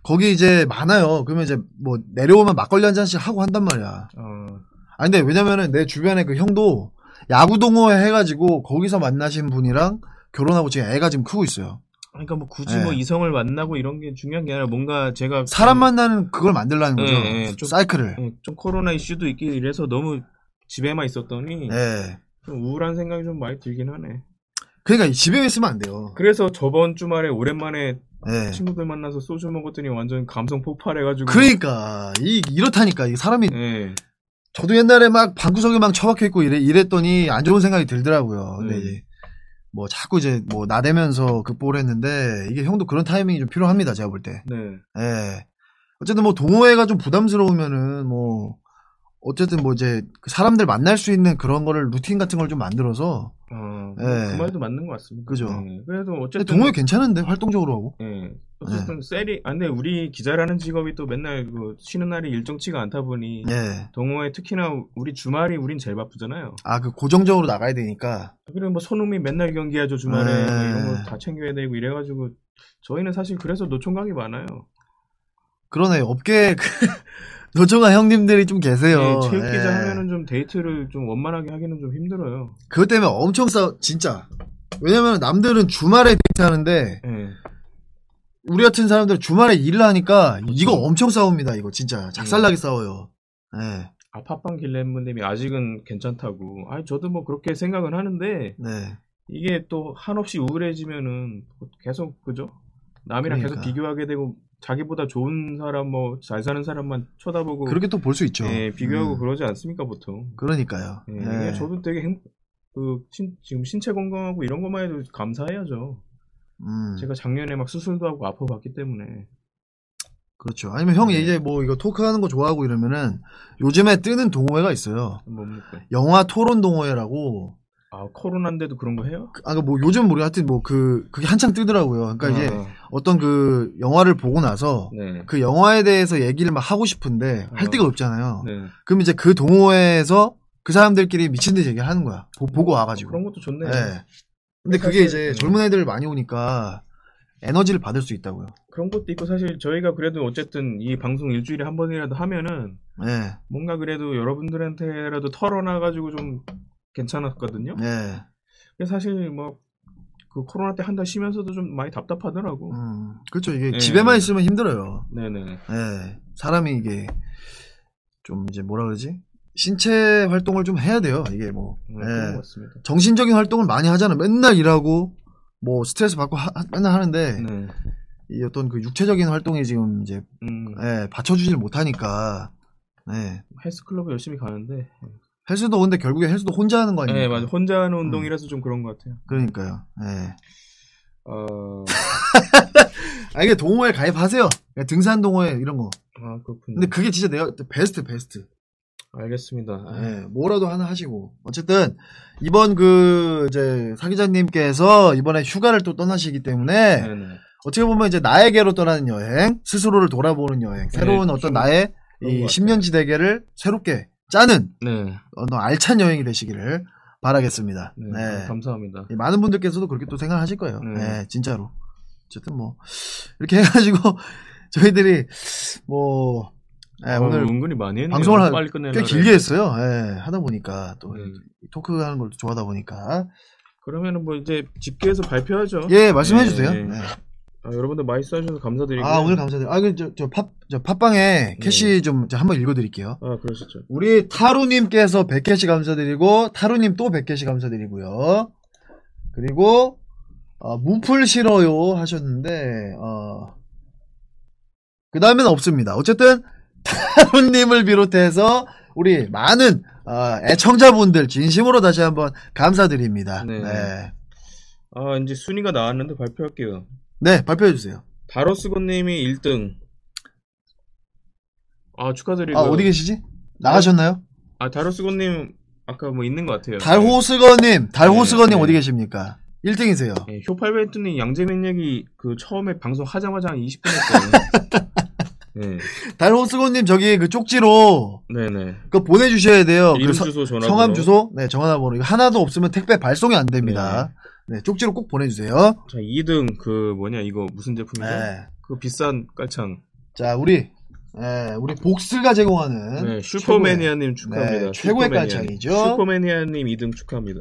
Speaker 3: 거기 이제 많아요. 그러면 이제 뭐 내려오면 막걸리 한 잔씩 하고 한단 말이야.
Speaker 2: 어,
Speaker 3: 아 근데 왜냐면은 내 주변에 그 형도 야구 동호회 해가지고 거기서 만나신 분이랑 결혼하고 지금 애가 지금 크고 있어요.
Speaker 2: 그러니까 뭐 굳이
Speaker 3: 네.
Speaker 2: 뭐 이성을 만나고 이런 게 중요한 게 아니라 뭔가 제가 그
Speaker 3: 사람 만나는 그걸 만들라는 거죠.
Speaker 2: 음. 예, 예, 좀-
Speaker 3: 사이클을.
Speaker 2: 예, 좀 코로나 이슈도 있긴 이래서 너무 집에만 있었더니
Speaker 3: 예.
Speaker 2: 좀 우울한 생각이 좀 많이 들긴 하네.
Speaker 3: 그러니까 집에 있으면 안 돼요.
Speaker 2: 그래서 저번 주말에 오랜만에
Speaker 3: 예.
Speaker 2: 친구들 만나서 소주 먹었더니 완전 감성 폭발해가지고.
Speaker 3: 그러니까 이 이렇다니까 이 사람이
Speaker 2: 예.
Speaker 3: 저도 옛날에 막 방구석에 막 처박혀 있고 이래, 이랬더니 안 좋은 생각이 들더라고요. 근데
Speaker 2: 음.
Speaker 3: 이제 뭐 자꾸 이제 뭐 나대면서 극복을 했는데 이게 형도 그런 타이밍이 좀 필요합니다. 제가 볼 때.
Speaker 2: 네.
Speaker 3: 예. 어쨌든 뭐 동호회가 좀 부담스러우면은 뭐 어쨌든 뭐 이제 그 사람들 만날 수 있는 그런 거를 루틴 같은 걸 좀 만들어서
Speaker 2: 어,
Speaker 3: 예.
Speaker 2: 그 말도 맞는 것 같습니다.
Speaker 3: 그죠.
Speaker 2: 예. 그래도
Speaker 3: 근데
Speaker 2: 어쨌든
Speaker 3: 동호회 괜찮은데 활동적으로 하고
Speaker 2: 예.
Speaker 3: 네.
Speaker 2: 어쨌든 셀이 아 근데 우리 기자라는 직업이 또 맨날 그 쉬는 날이 일정치가 않다 보니
Speaker 3: 예.
Speaker 2: 동호회 특히나 우리 주말이 우린 제일 바쁘잖아요.
Speaker 3: 아 그 고정적으로 나가야 되니까
Speaker 2: 그리고 뭐 손흥민 맨날 경기하죠 주말에
Speaker 3: 네.
Speaker 2: 뭐 이런 거 다 챙겨야 되고 이래가지고 저희는 사실 그래서 노총각이 많아요.
Speaker 3: 그러네 업계 그 노총아 형님들이 좀 계세요.
Speaker 2: 예, 체육
Speaker 3: 예.
Speaker 2: 기자 하면은 좀 데이트를 좀 원만하게 하기는 좀 힘들어요.
Speaker 3: 그것 때문에 엄청 싸워 진짜 왜냐면 남들은 주말에 데이트하는데
Speaker 2: 예.
Speaker 3: 우리 같은 사람들 주말에 일을 하니까 이거
Speaker 2: 그렇죠.
Speaker 3: 엄청 싸웁니다 이거 진짜
Speaker 2: 네.
Speaker 3: 작살나게 싸워요. 예.
Speaker 2: 아 팟빵 길레몬님이 아직은 괜찮다고. 아 저도 뭐 그렇게 생각은 하는데
Speaker 3: 네.
Speaker 2: 이게 또 한없이 우울해지면은 계속 그죠? 남이랑 계속
Speaker 3: 그러니까.
Speaker 2: 비교하게 되고 자기보다 좋은 사람 뭐 잘 사는 사람만 쳐다보고
Speaker 3: 그렇게 또 볼 수 있죠.
Speaker 2: 예, 뭐, 비교하고
Speaker 3: 음.
Speaker 2: 그러지 않습니까 보통.
Speaker 3: 그러니까요.
Speaker 2: 예,
Speaker 3: 예.
Speaker 2: 이게 저도 되게 행, 그 신- 지금 신체 건강하고 이런 것만 해도 감사해야죠.
Speaker 3: 음,
Speaker 2: 제가 작년에 막 수술도 하고 아파봤기 때문에.
Speaker 3: 그렇죠. 아니면 형
Speaker 2: 네.
Speaker 3: 이제 뭐 이거 토크하는 거 좋아하고 이러면은 요즘에 뜨는 동호회가 있어요.
Speaker 2: 뭡니까?
Speaker 3: 영화 토론 동호회라고.
Speaker 2: 뭐, 아 코로나인데도 그런 거 해요?
Speaker 3: 아까 뭐 요즘 우리 하여튼 뭐 그 그게 한창 뜨더라고요. 그러니까 이제
Speaker 2: 아,
Speaker 3: 어떤 그 영화를 보고 나서
Speaker 2: 네.
Speaker 3: 그 영화에 대해서 얘기를 막 하고 싶은데 할
Speaker 2: 어.
Speaker 3: 데가 없잖아요.
Speaker 2: 네.
Speaker 3: 그럼 이제 그 동호회에서 그 사람들끼리 미친 듯이 얘기를 하는 거야. 보, 고 와가지고.
Speaker 2: 아, 그런 것도 좋네요.
Speaker 3: 예. 근데 그게 이제
Speaker 2: 음.
Speaker 3: 젊은 애들 많이 오니까 에너지를 받을 수 있다고요.
Speaker 2: 그런 것도 있고 사실 저희가 그래도 어쨌든 이 방송 일주일에 한 번이라도 하면은
Speaker 3: 예.
Speaker 2: 뭔가 그래도 여러분들한테라도 털어놔가지고 좀 괜찮았거든요.
Speaker 3: 예.
Speaker 2: 근데 사실 뭐 그 코로나 때 한 달 쉬면서도 좀 많이 답답하더라고.
Speaker 3: 음. 그렇죠. 이게
Speaker 2: 예.
Speaker 3: 집에만 있으면 힘들어요.
Speaker 2: 네네.
Speaker 3: 예. 사람이 이게 좀 이제 뭐라 그러지? 신체 활동을 좀 해야 돼요. 이게 뭐.
Speaker 2: 음, 그런 것
Speaker 3: 예.
Speaker 2: 같습니다.
Speaker 3: 정신적인 활동을 많이 하잖아. 맨날 일하고 뭐 스트레스 받고 하- 맨날 하는데
Speaker 2: 네.
Speaker 3: 이 어떤 그 육체적인 활동에 지금 이제
Speaker 2: 음,
Speaker 3: 예, 받쳐주질 못하니까 예.
Speaker 2: 헬스클럽에 열심히 가는데
Speaker 3: 헬스도 근데 결국에 헬스도 혼자 하는 거 아니에요? 음.
Speaker 2: 네, 맞아. 혼자 하는 운동이라서 좀 그런 것 같아요.
Speaker 3: 그러니까요. 예.
Speaker 2: 어,
Speaker 3: 아 이게 동호회 가입하세요. 그러니까 등산 동호회 이런 거.
Speaker 2: 아, 그렇군요.
Speaker 3: 근데 그 그게 진짜 내가 그때 베스트 베스트.
Speaker 2: 알겠습니다. 아,
Speaker 3: 예, 뭐라도 하나 하시고 어쨌든 이번 그 이제 사기자님께서 이번에 휴가를 또 떠나시기 때문에
Speaker 2: 네네.
Speaker 3: 어떻게 보면 이제 나에게로 떠나는 여행, 스스로를 돌아보는 여행, 새로운
Speaker 2: 네,
Speaker 3: 어떤
Speaker 2: 좀
Speaker 3: 나의
Speaker 2: 그런 것
Speaker 3: 이
Speaker 2: 같아요.
Speaker 3: 10년지대계를 새롭게 짜는
Speaker 2: 네.
Speaker 3: 어떤 알찬 여행이 되시기를 바라겠습니다.
Speaker 2: 네.
Speaker 3: 네.
Speaker 2: 아, 감사합니다.
Speaker 3: 예, 많은 분들께서도 그렇게 또 생각하실 거예요.
Speaker 2: 네.
Speaker 3: 예, 진짜로. 어쨌든 뭐 이렇게 해가지고 저희들이 뭐 예,
Speaker 2: 아,
Speaker 3: 오늘
Speaker 2: 은근히 많이 했네요.
Speaker 3: 방송을 한-
Speaker 2: 빨리 끝내려
Speaker 3: 꽤 길게 했어요. 예, 하다 보니까 또
Speaker 2: 네.
Speaker 3: 토크하는 걸 좋아하다 보니까
Speaker 2: 그러면은 뭐 이제 집계해서 발표하죠.
Speaker 3: 예 말씀해
Speaker 2: 네,
Speaker 3: 주세요.
Speaker 2: 네.
Speaker 3: 네.
Speaker 2: 아, 여러분들 많이 써주셔서 감사드리고. 네.
Speaker 3: 아 오늘 감사드려요. 아그 저저팝저 팟빵에 캐시 좀 제가 한번 읽어드릴게요.
Speaker 2: 아, 그러시죠.
Speaker 3: 우리 타루님께서 100캐시 감사드리고 타루님 또 100캐시 감사드리고요. 그리고 어, 무풀 싫어요 하셨는데 어, 그 다음에는 없습니다. 어쨌든 타루님을 비롯해서 우리 많은 어, 애청자분들 진심으로 다시 한번 감사드립니다. 네,
Speaker 2: 네.
Speaker 3: 네.
Speaker 2: 아, 이제 순위가 나왔는데 발표할게요.
Speaker 3: 네, 발표해 주세요. 아,
Speaker 2: 다로스고님이 1등. 아, 축하드리고.
Speaker 3: 아 어디 계시지? 나가셨나요?
Speaker 2: 아, 다로스고님 아까 뭐 있는 것 같아요.
Speaker 3: 달호스거님, 달호스거님
Speaker 2: 네.
Speaker 3: 어디 계십니까? 1등이세요.
Speaker 2: 예, 효팔베트님 양재민 얘기 그 처음에 방송 하자마자 한 20분 했거든요. 네,
Speaker 3: 달호스거님 저기 그 쪽지로
Speaker 2: 네네.
Speaker 3: 그 보내주셔야 돼요. 그
Speaker 2: 이름
Speaker 3: 서-
Speaker 2: 주소 전화
Speaker 3: 성함 주소, 네 전화번호 이거 하나도 없으면 택배 발송이 안 됩니다. 네, 쪽지로 꼭 보내주세요.
Speaker 2: 자 2등 그 뭐냐 이거 무슨 제품이죠?
Speaker 3: 네,
Speaker 2: 그 비싼 깔창.
Speaker 3: 자 우리 네, 우리 복스가 제공하는
Speaker 2: 네, 슈퍼매니아님 축하합니다.
Speaker 3: 네, 최고의
Speaker 2: 슈퍼매니아.
Speaker 3: 깔창이죠.
Speaker 2: 슈퍼매니아님 2등 축하합니다.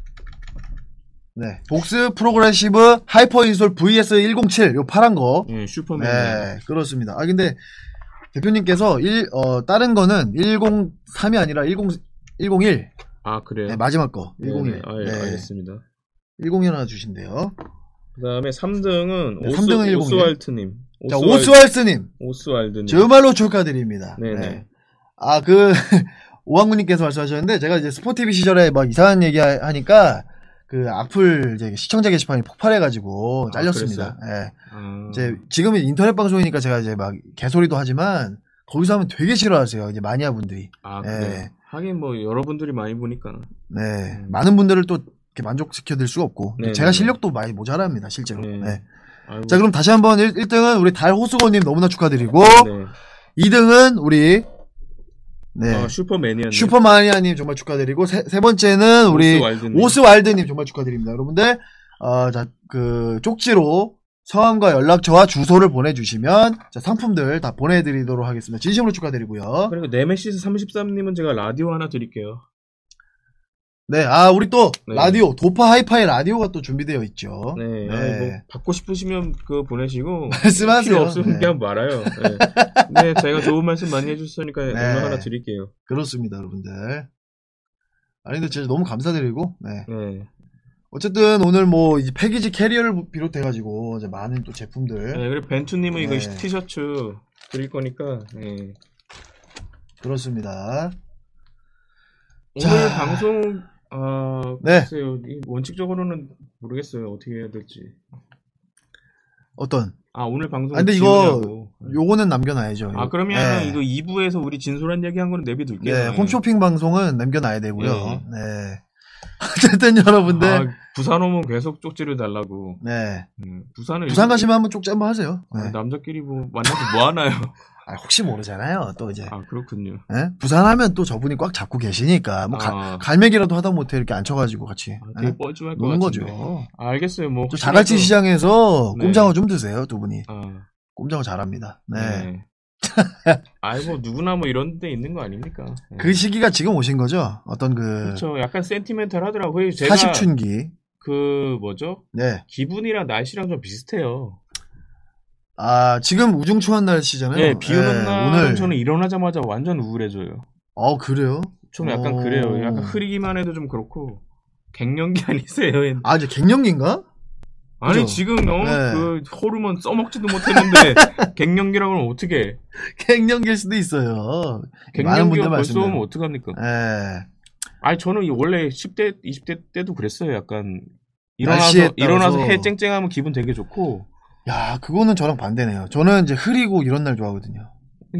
Speaker 3: 최고의- 네, 복스 프로그레시브 하이퍼 인솔 VS 107 요 파란 거.
Speaker 2: 예, 슈퍼매니아.
Speaker 3: 네, 그렇습니다. 아 근데 대표님께서 일, 어, 다른 거는 103이 아니라 10 101
Speaker 2: 아 그래요?
Speaker 3: 네, 마지막 거.
Speaker 2: 네,
Speaker 3: 101.
Speaker 2: 네, 아, 예, 알겠습니다.
Speaker 3: 101 하나 주신대요.
Speaker 2: 그다음에 3등은
Speaker 3: 네,
Speaker 2: 오스,
Speaker 3: 3등은 10.
Speaker 2: 오스왈트 님.
Speaker 3: 자, 오스왈스님.
Speaker 2: 오스왈드 님.
Speaker 3: 정말로 축하드립니다.
Speaker 2: 네. 네네.
Speaker 3: 네. 아, 그, 오왕구님께서 말씀하셨는데, 제가 이제 스포티비 시절에 막 이상한 얘기 하- 하니까, 그 악플 이제 시청자 게시판이 폭발해가지고
Speaker 2: 아,
Speaker 3: 잘렸습니다. 예.
Speaker 2: 아,
Speaker 3: 이제 지금은 인터넷 방송이니까 제가 이제 막 개소리도 하지만 거기서 하면 되게 싫어하세요. 이제 마니아 분들이.
Speaker 2: 아,
Speaker 3: 예.
Speaker 2: 그래요. 하긴 뭐 여러분들이 많이 보니까.
Speaker 3: 네.
Speaker 2: 음.
Speaker 3: 많은 분들을 또 이렇게 만족시켜드릴 수가 없고
Speaker 2: 네,
Speaker 3: 제가
Speaker 2: 네,
Speaker 3: 실력도 많이 모자랍니다 실제로.
Speaker 2: 네.
Speaker 3: 네.
Speaker 2: 아이고,
Speaker 3: 자 그럼 다시 한번 1, 등은 우리 달 호수고님 너무나 축하드리고
Speaker 2: 네.
Speaker 3: 2등은 우리 네.
Speaker 2: 아, 슈퍼맨이었네.
Speaker 3: 슈퍼마니아님 정말 축하드리고 세, 세 번째는 우리
Speaker 2: 오스왈드 님.
Speaker 3: 오스왈드님 정말 축하드립니다. 여러분들 어, 자, 그 쪽지로 성함과 연락처와 주소를 보내주시면 자, 상품들 다 보내드리도록 하겠습니다. 진심으로 축하드리고요.
Speaker 2: 그리고 네메시스 33님은 제가 라디오 하나 드릴게요.
Speaker 3: 네, 아 우리 또
Speaker 2: 네.
Speaker 3: 라디오 도파 하이파이 라디오가 또 준비되어 있죠.
Speaker 2: 네.
Speaker 3: 네.
Speaker 2: 아니, 뭐 받고 싶으시면 그 보내시고
Speaker 3: 말씀하세요.
Speaker 2: 필요 없으면
Speaker 3: 네,
Speaker 2: 그냥 말아요. 네. 네, 제가 좋은 말씀 많이 해주셨으니까
Speaker 3: 네.
Speaker 2: 연락 하나 드릴게요.
Speaker 3: 그렇습니다, 여러분들. 아니 근데 진짜 너무 감사드리고, 네.
Speaker 2: 네.
Speaker 3: 어쨌든 오늘 뭐 이제 패키지 캐리어를 비롯해 가지고 이제 많은
Speaker 2: 네,
Speaker 3: 또 제품들
Speaker 2: 그리고 벤투님은 이거
Speaker 3: 네.
Speaker 2: 티셔츠 드릴 거니까. 네.
Speaker 3: 그렇습니다.
Speaker 2: 오늘
Speaker 3: 자.
Speaker 2: 방송 아
Speaker 3: 네.
Speaker 2: 글쎄요 이 원칙적으로는 모르겠어요 어떻게 해야 될지
Speaker 3: 어떤
Speaker 2: 아 오늘 방송
Speaker 3: 아, 근데 이거
Speaker 2: 지우려고.
Speaker 3: 요거는 남겨놔야죠.
Speaker 2: 네. 아 그러면
Speaker 3: 네.
Speaker 2: 이거 2부에서 우리 진솔한 얘기한 거는 내비둘게요
Speaker 3: 네, 홈쇼핑 방송은 남겨놔야 되고요.
Speaker 2: 예.
Speaker 3: 네. 어쨌든 여러분들
Speaker 2: 아, 부산 오면 계속 쪽지를 달라고
Speaker 3: 네
Speaker 2: 음, 부산을
Speaker 3: 부산
Speaker 2: 이렇게-
Speaker 3: 가시면 한번 쪽지 한번 하세요. 네.
Speaker 2: 아, 남자끼리 뭐 만나서 뭐 하나요
Speaker 3: 아, 혹시 모르잖아요. 또 이제
Speaker 2: 아 그렇군요
Speaker 3: 예? 부산 하면 또 저분이 꽉 잡고 계시니까 뭐 가-
Speaker 2: 아,
Speaker 3: 갈매기라도 하다 못해 이렇게 앉혀가지고 같이
Speaker 2: 아,
Speaker 3: 예?
Speaker 2: 되게 뻘쭘할 것
Speaker 3: 노는
Speaker 2: 같은데
Speaker 3: 거죠.
Speaker 2: 아, 알겠어요 뭐
Speaker 3: 저 자갈치
Speaker 2: 혹시라도-
Speaker 3: 시장에서
Speaker 2: 네.
Speaker 3: 꼼장어 좀 드세요 두 분이
Speaker 2: 아,
Speaker 3: 꼼장어 잘합니다. 네.
Speaker 2: 네. 아이 뭐 누구나 뭐 이런 데 있는 거 아닙니까 네.
Speaker 3: 그 시기가 지금 오신 거죠? 어떤 그
Speaker 2: 그렇죠 약간 센티멘탈 하더라고요 제가
Speaker 3: 사십춘기.
Speaker 2: 그 뭐죠?
Speaker 3: 네.
Speaker 2: 기분이랑 날씨랑 좀 비슷해요.
Speaker 3: 아 지금 우중충한 날씨잖아요.
Speaker 2: 네, 비
Speaker 3: 예,
Speaker 2: 오는 날은
Speaker 3: 오늘.
Speaker 2: 저는 일어나자마자 완전 우울해져요.
Speaker 3: 어 그래요?
Speaker 2: 좀 약간
Speaker 3: 오.
Speaker 2: 그래요. 약간 흐리기만 해도 좀 그렇고 갱년기 아니세요? 얘는?
Speaker 3: 아 이제 갱년기인가?
Speaker 2: 아니
Speaker 3: 그죠?
Speaker 2: 지금 어,
Speaker 3: 네.
Speaker 2: 그 호르몬 써먹지도 못했는데 갱년기라고 하면 어떻게?
Speaker 3: 갱년기일 수도 있어요. 많은 분들
Speaker 2: 갱년기가 벌써
Speaker 3: 말씀대로.
Speaker 2: 오면 어떡합니까?
Speaker 3: 예.
Speaker 2: 아니 저는 이 원래 10대, 20대 때도 그랬어요. 약간
Speaker 3: 날씨에
Speaker 2: 일어나서
Speaker 3: 따라서.
Speaker 2: 일어나서 해 쨍쨍하면 기분 되게 좋고
Speaker 3: 야 그거는 저랑 반대네요. 저는 이제 흐리고 이런 날 좋아하거든요.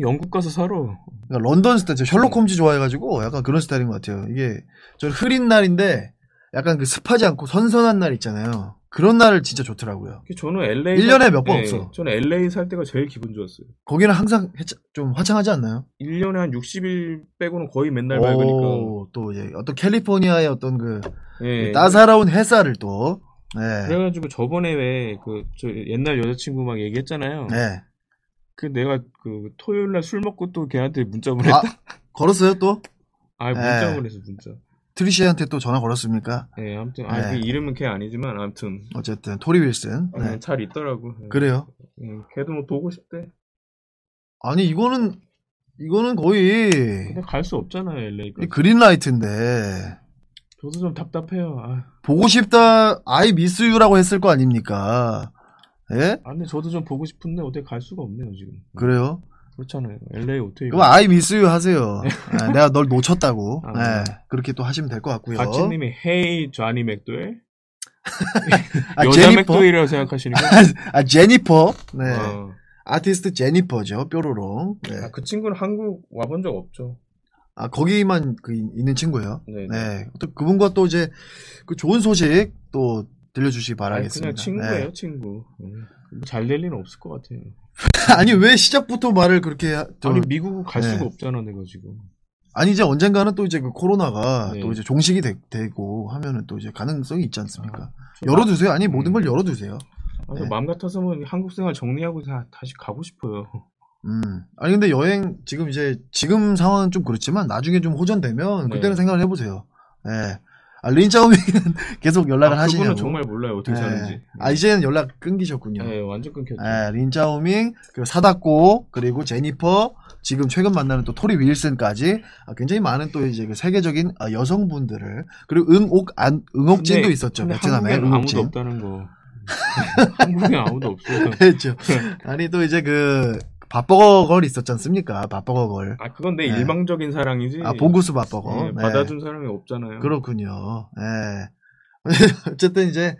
Speaker 2: 영국 가서 살아.
Speaker 3: 그러니까 런던 스타일, 저 셜록 홈즈 좋아해가지고 약간 그런 스타일인 것 같아요. 이게 저 흐린 날인데 약간 그 습하지 않고 선선한 날 있잖아요. 그런 날을 진짜 좋더라고요.
Speaker 2: 저는 LA
Speaker 3: 일년에 몇번 없어.
Speaker 2: 네, 저는 LA 살 때가 제일 기분 좋았어요.
Speaker 3: 거기는 항상 해차- 좀 화창하지 않나요?
Speaker 2: 1년에 한 60일 빼고는 거의 맨날
Speaker 3: 오,
Speaker 2: 맑으니까.
Speaker 3: 또 이제 어떤 캘리포니아의 어떤 그
Speaker 2: 예.
Speaker 3: 따사로운 햇살을 또 네.
Speaker 2: 그래가지고 저번에 왜 그 저 옛날 여자친구 막 얘기했잖아요.
Speaker 3: 네.
Speaker 2: 그 내가 그 토요일 날 술 먹고 또 걔한테 문자 보냈.
Speaker 3: 아
Speaker 2: 아,
Speaker 3: 걸었어요 또
Speaker 2: 아 문자
Speaker 3: 네.
Speaker 2: 보냈어 문자.
Speaker 3: 트리시한테 또 전화 걸었습니까?
Speaker 2: 예, 아무튼 아,
Speaker 3: 네.
Speaker 2: 그 이름은 걔 아니지만 아무튼
Speaker 3: 어쨌든 토리 윌슨. 네.
Speaker 2: 예, 잘 있더라고. 예.
Speaker 3: 그래요.
Speaker 2: 예, 걔도 뭐 보고 싶대.
Speaker 3: 아니 이거는 이거는 거의
Speaker 2: 근데 갈 수 없잖아요 LA가.
Speaker 3: 그- 그린라이트인데
Speaker 2: 저도 좀 답답해요. 아,
Speaker 3: 보고 싶다 아이 미스유라고 했을 거 아닙니까? 예?
Speaker 2: 아, 근데 저도 좀 보고 싶은데 어떻게 갈 수가 없네요 지금.
Speaker 3: 그래요?
Speaker 2: 그렇잖아요. LA 어떻게
Speaker 3: 그럼 아이 미스유 하세요. 예, 내가 널 놓쳤다고.
Speaker 2: 아,
Speaker 3: 예, 그렇게 또 하시면 될 것 같고요.
Speaker 2: 가치님이 헤이 좌니 맥도웰
Speaker 3: 아
Speaker 2: 여자
Speaker 3: 제니퍼.
Speaker 2: 맥도웰이라고 생각하시니까
Speaker 3: 아 제니퍼. 네.
Speaker 2: 어.
Speaker 3: 아티스트 제니퍼죠. 뾰로롱. 네.
Speaker 2: 아, 그 친구는 한국 와본 적 없죠.
Speaker 3: 아 거기만 그 이- 있는 친구예요.
Speaker 2: 네.
Speaker 3: 네. 또 그분과 또 이제 그 좋은 소식 또 들려주시기
Speaker 2: 아니,
Speaker 3: 바라겠습니다. 네.
Speaker 2: 그냥 친구예요, 친구. 네. 뭐 잘 될 리는 없을 것 같아요.
Speaker 3: 네. 아니 왜 시작부터 말을 그렇게 하- 저-
Speaker 2: 아니
Speaker 3: 아니,
Speaker 2: 미국 갈
Speaker 3: 네.
Speaker 2: 수가 없잖아, 내가 지금.
Speaker 3: 이제 언젠가는 또 이제 그 코로나가
Speaker 2: 네.
Speaker 3: 또 이제 종식이 되, 고 하면은 또 이제 가능성이 있지 않습니까?
Speaker 2: 좀
Speaker 3: 열어두세요. 아니
Speaker 2: 아,
Speaker 3: 모든
Speaker 2: 음.
Speaker 3: 걸 열어두세요.
Speaker 2: 마- 아, 저
Speaker 3: 네.
Speaker 2: 마음 같아서는 한국 생활 정리하고 다, 다시 가고 싶어요.
Speaker 3: 음. 아니 근데 여행 지금 이제 지금 상황은 좀 그렇지만 나중에 좀 호전되면 그때는
Speaker 2: 네.
Speaker 3: 생각을 해보세요. 예. 아, 린짜오밍은 계속 연락을
Speaker 2: 아,
Speaker 3: 하시냐고.
Speaker 2: 그거는 정말 네. 몰라요, 어떻게
Speaker 3: 예.
Speaker 2: 사는지.
Speaker 3: 아 이제는 연락 끊기셨군요.
Speaker 2: 네, 완전 끊겼죠.
Speaker 3: 예, 린짜오밍, 그리고 사다코, 그리고 그 제니퍼, 지금 최근 만나는 또 토리 윌슨까지 아, 굉장히 많은 또 이제 그 세계적인 아, 여성분들을 그리고 응옥 안 응옥진도
Speaker 2: 근데-
Speaker 3: 있었죠.
Speaker 2: 근데
Speaker 3: 베트남에
Speaker 2: 한국에는 아무도
Speaker 3: 응옥진.
Speaker 2: 없다는 거. 한국에 아무도 없어.
Speaker 3: 그렇죠. 아니 또 이제 그 밥버거 걸 있었지 않습니까? 밥버거 걸.
Speaker 2: 아 그건 내
Speaker 3: 네.
Speaker 2: 일방적인 사랑이지.
Speaker 3: 아 봉구수 밥버거.
Speaker 2: 예,
Speaker 3: 네.
Speaker 2: 받아준 사람이 없잖아요.
Speaker 3: 그렇군요. 예. 어쨌든 이제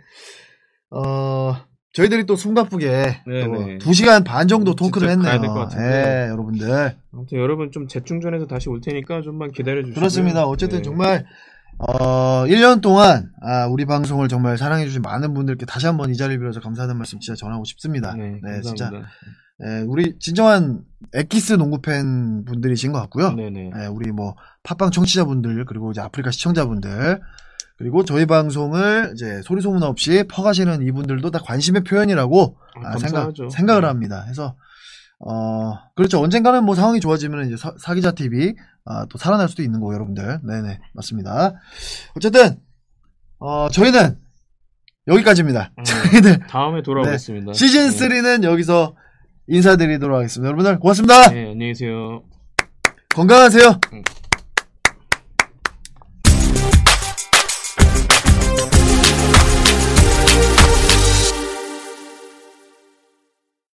Speaker 3: 어 저희들이 또 숨가쁘게
Speaker 2: 네,
Speaker 3: 또
Speaker 2: 네.
Speaker 3: 2시간 반 정도 토크를
Speaker 2: 진짜 가야
Speaker 3: 했네요.
Speaker 2: 될것 같은데.
Speaker 3: 예, 여러분들.
Speaker 2: 아무튼 여러분 좀 재충전해서 다시 올 테니까 좀만 기다려 주시고요.
Speaker 3: 그렇습니다. 어쨌든
Speaker 2: 네.
Speaker 3: 정말 어 1년 동안 아, 우리 방송을 정말 사랑해 주신 많은 분들께 다시 한번 이 자리를 빌어서 감사하는 말씀 진짜 전하고 싶습니다.
Speaker 2: 네, 감사합니다.
Speaker 3: 진짜 예, 우리 진정한 엑기스 농구 팬 분들이신 것 같고요.
Speaker 2: 네, 네.
Speaker 3: 예, 우리 뭐 팟빵 청취자분들 그리고 이제 아프리카 시청자분들 그리고 저희 방송을 이제 소리 소문 없이 퍼가시는 이분들도 다 관심의 표현이라고
Speaker 2: 아,
Speaker 3: 아, 생각,
Speaker 2: 감사하죠. 네.
Speaker 3: 생각을 합니다. 해서 어 그렇죠. 언젠가는 뭐 상황이 좋아지면 이제 사, 사기자 TV 아, 또 살아날 수도 있는 거고 여러분들. 네네 맞습니다. 어쨌든 어 저희는 여기까지입니다.
Speaker 2: 음.
Speaker 3: 저희는
Speaker 2: 다음에 돌아오겠습니다.
Speaker 3: 시즌
Speaker 2: 네.
Speaker 3: 3는 여기서 인사드리도록 하겠습니다. 여러분들 고맙습니다.
Speaker 2: 네, 안녕히 계세요.
Speaker 3: 건강하세요.
Speaker 2: 음.